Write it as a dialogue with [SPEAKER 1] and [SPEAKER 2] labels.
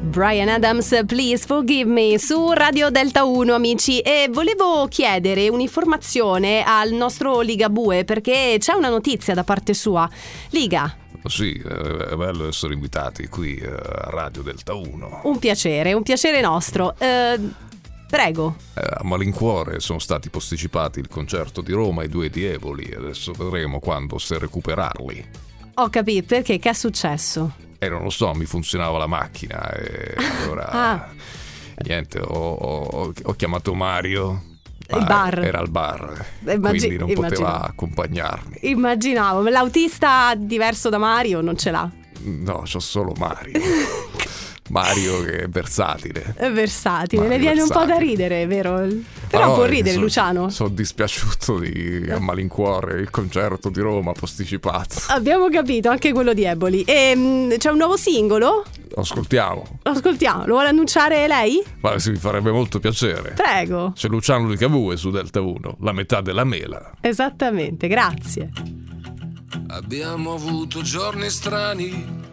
[SPEAKER 1] Brian Adams, Please Forgive Me su Radio Delta 1 amici e volevo chiedere un'informazione al nostro Ligabue perché c'è una notizia da parte sua. Liga,
[SPEAKER 2] Sì, eh, è bello essere invitati qui eh, a Radio Delta 1.
[SPEAKER 1] un piacere, un piacere nostro. Eh, prego.
[SPEAKER 2] Eh, a malincuore sono stati posticipati il concerto di Roma e i due di Evoli. Adesso vedremo quando se recuperarli.
[SPEAKER 1] Ho capito perché che è successo.
[SPEAKER 2] E non lo so, mi funzionava la macchina e allora...
[SPEAKER 1] Ah.
[SPEAKER 2] Niente, ho, ho- ho chiamato Mario.
[SPEAKER 1] Il
[SPEAKER 2] ma
[SPEAKER 1] bar. Eh,
[SPEAKER 2] Era al bar.
[SPEAKER 1] Immagi-
[SPEAKER 2] quindi non poteva
[SPEAKER 1] immagino.
[SPEAKER 2] accompagnarmi.
[SPEAKER 1] Immaginavo, ma l'autista diverso da Mario non ce l'ha.
[SPEAKER 2] No, c'ho solo Mario. Mario che è versatile.
[SPEAKER 1] È versatile,
[SPEAKER 2] Mario
[SPEAKER 1] ne viene un po' da
[SPEAKER 2] versatile.
[SPEAKER 1] ridere, vero? Però può ridere Luciano.
[SPEAKER 2] Sono dispiaciuto di a malincuore il concerto di Roma posticipato.
[SPEAKER 1] Abbiamo capito anche quello di Eboli. Ehm, c'è un nuovo singolo?
[SPEAKER 2] Ascoltiamo.
[SPEAKER 1] Ascoltiamo, lo vuole annunciare lei?
[SPEAKER 2] Ma sì, mi farebbe molto piacere.
[SPEAKER 1] Prego.
[SPEAKER 2] C'è Luciano Licavue su Delta 1, la metà della mela.
[SPEAKER 1] Esattamente, grazie.
[SPEAKER 3] Abbiamo avuto giorni strani,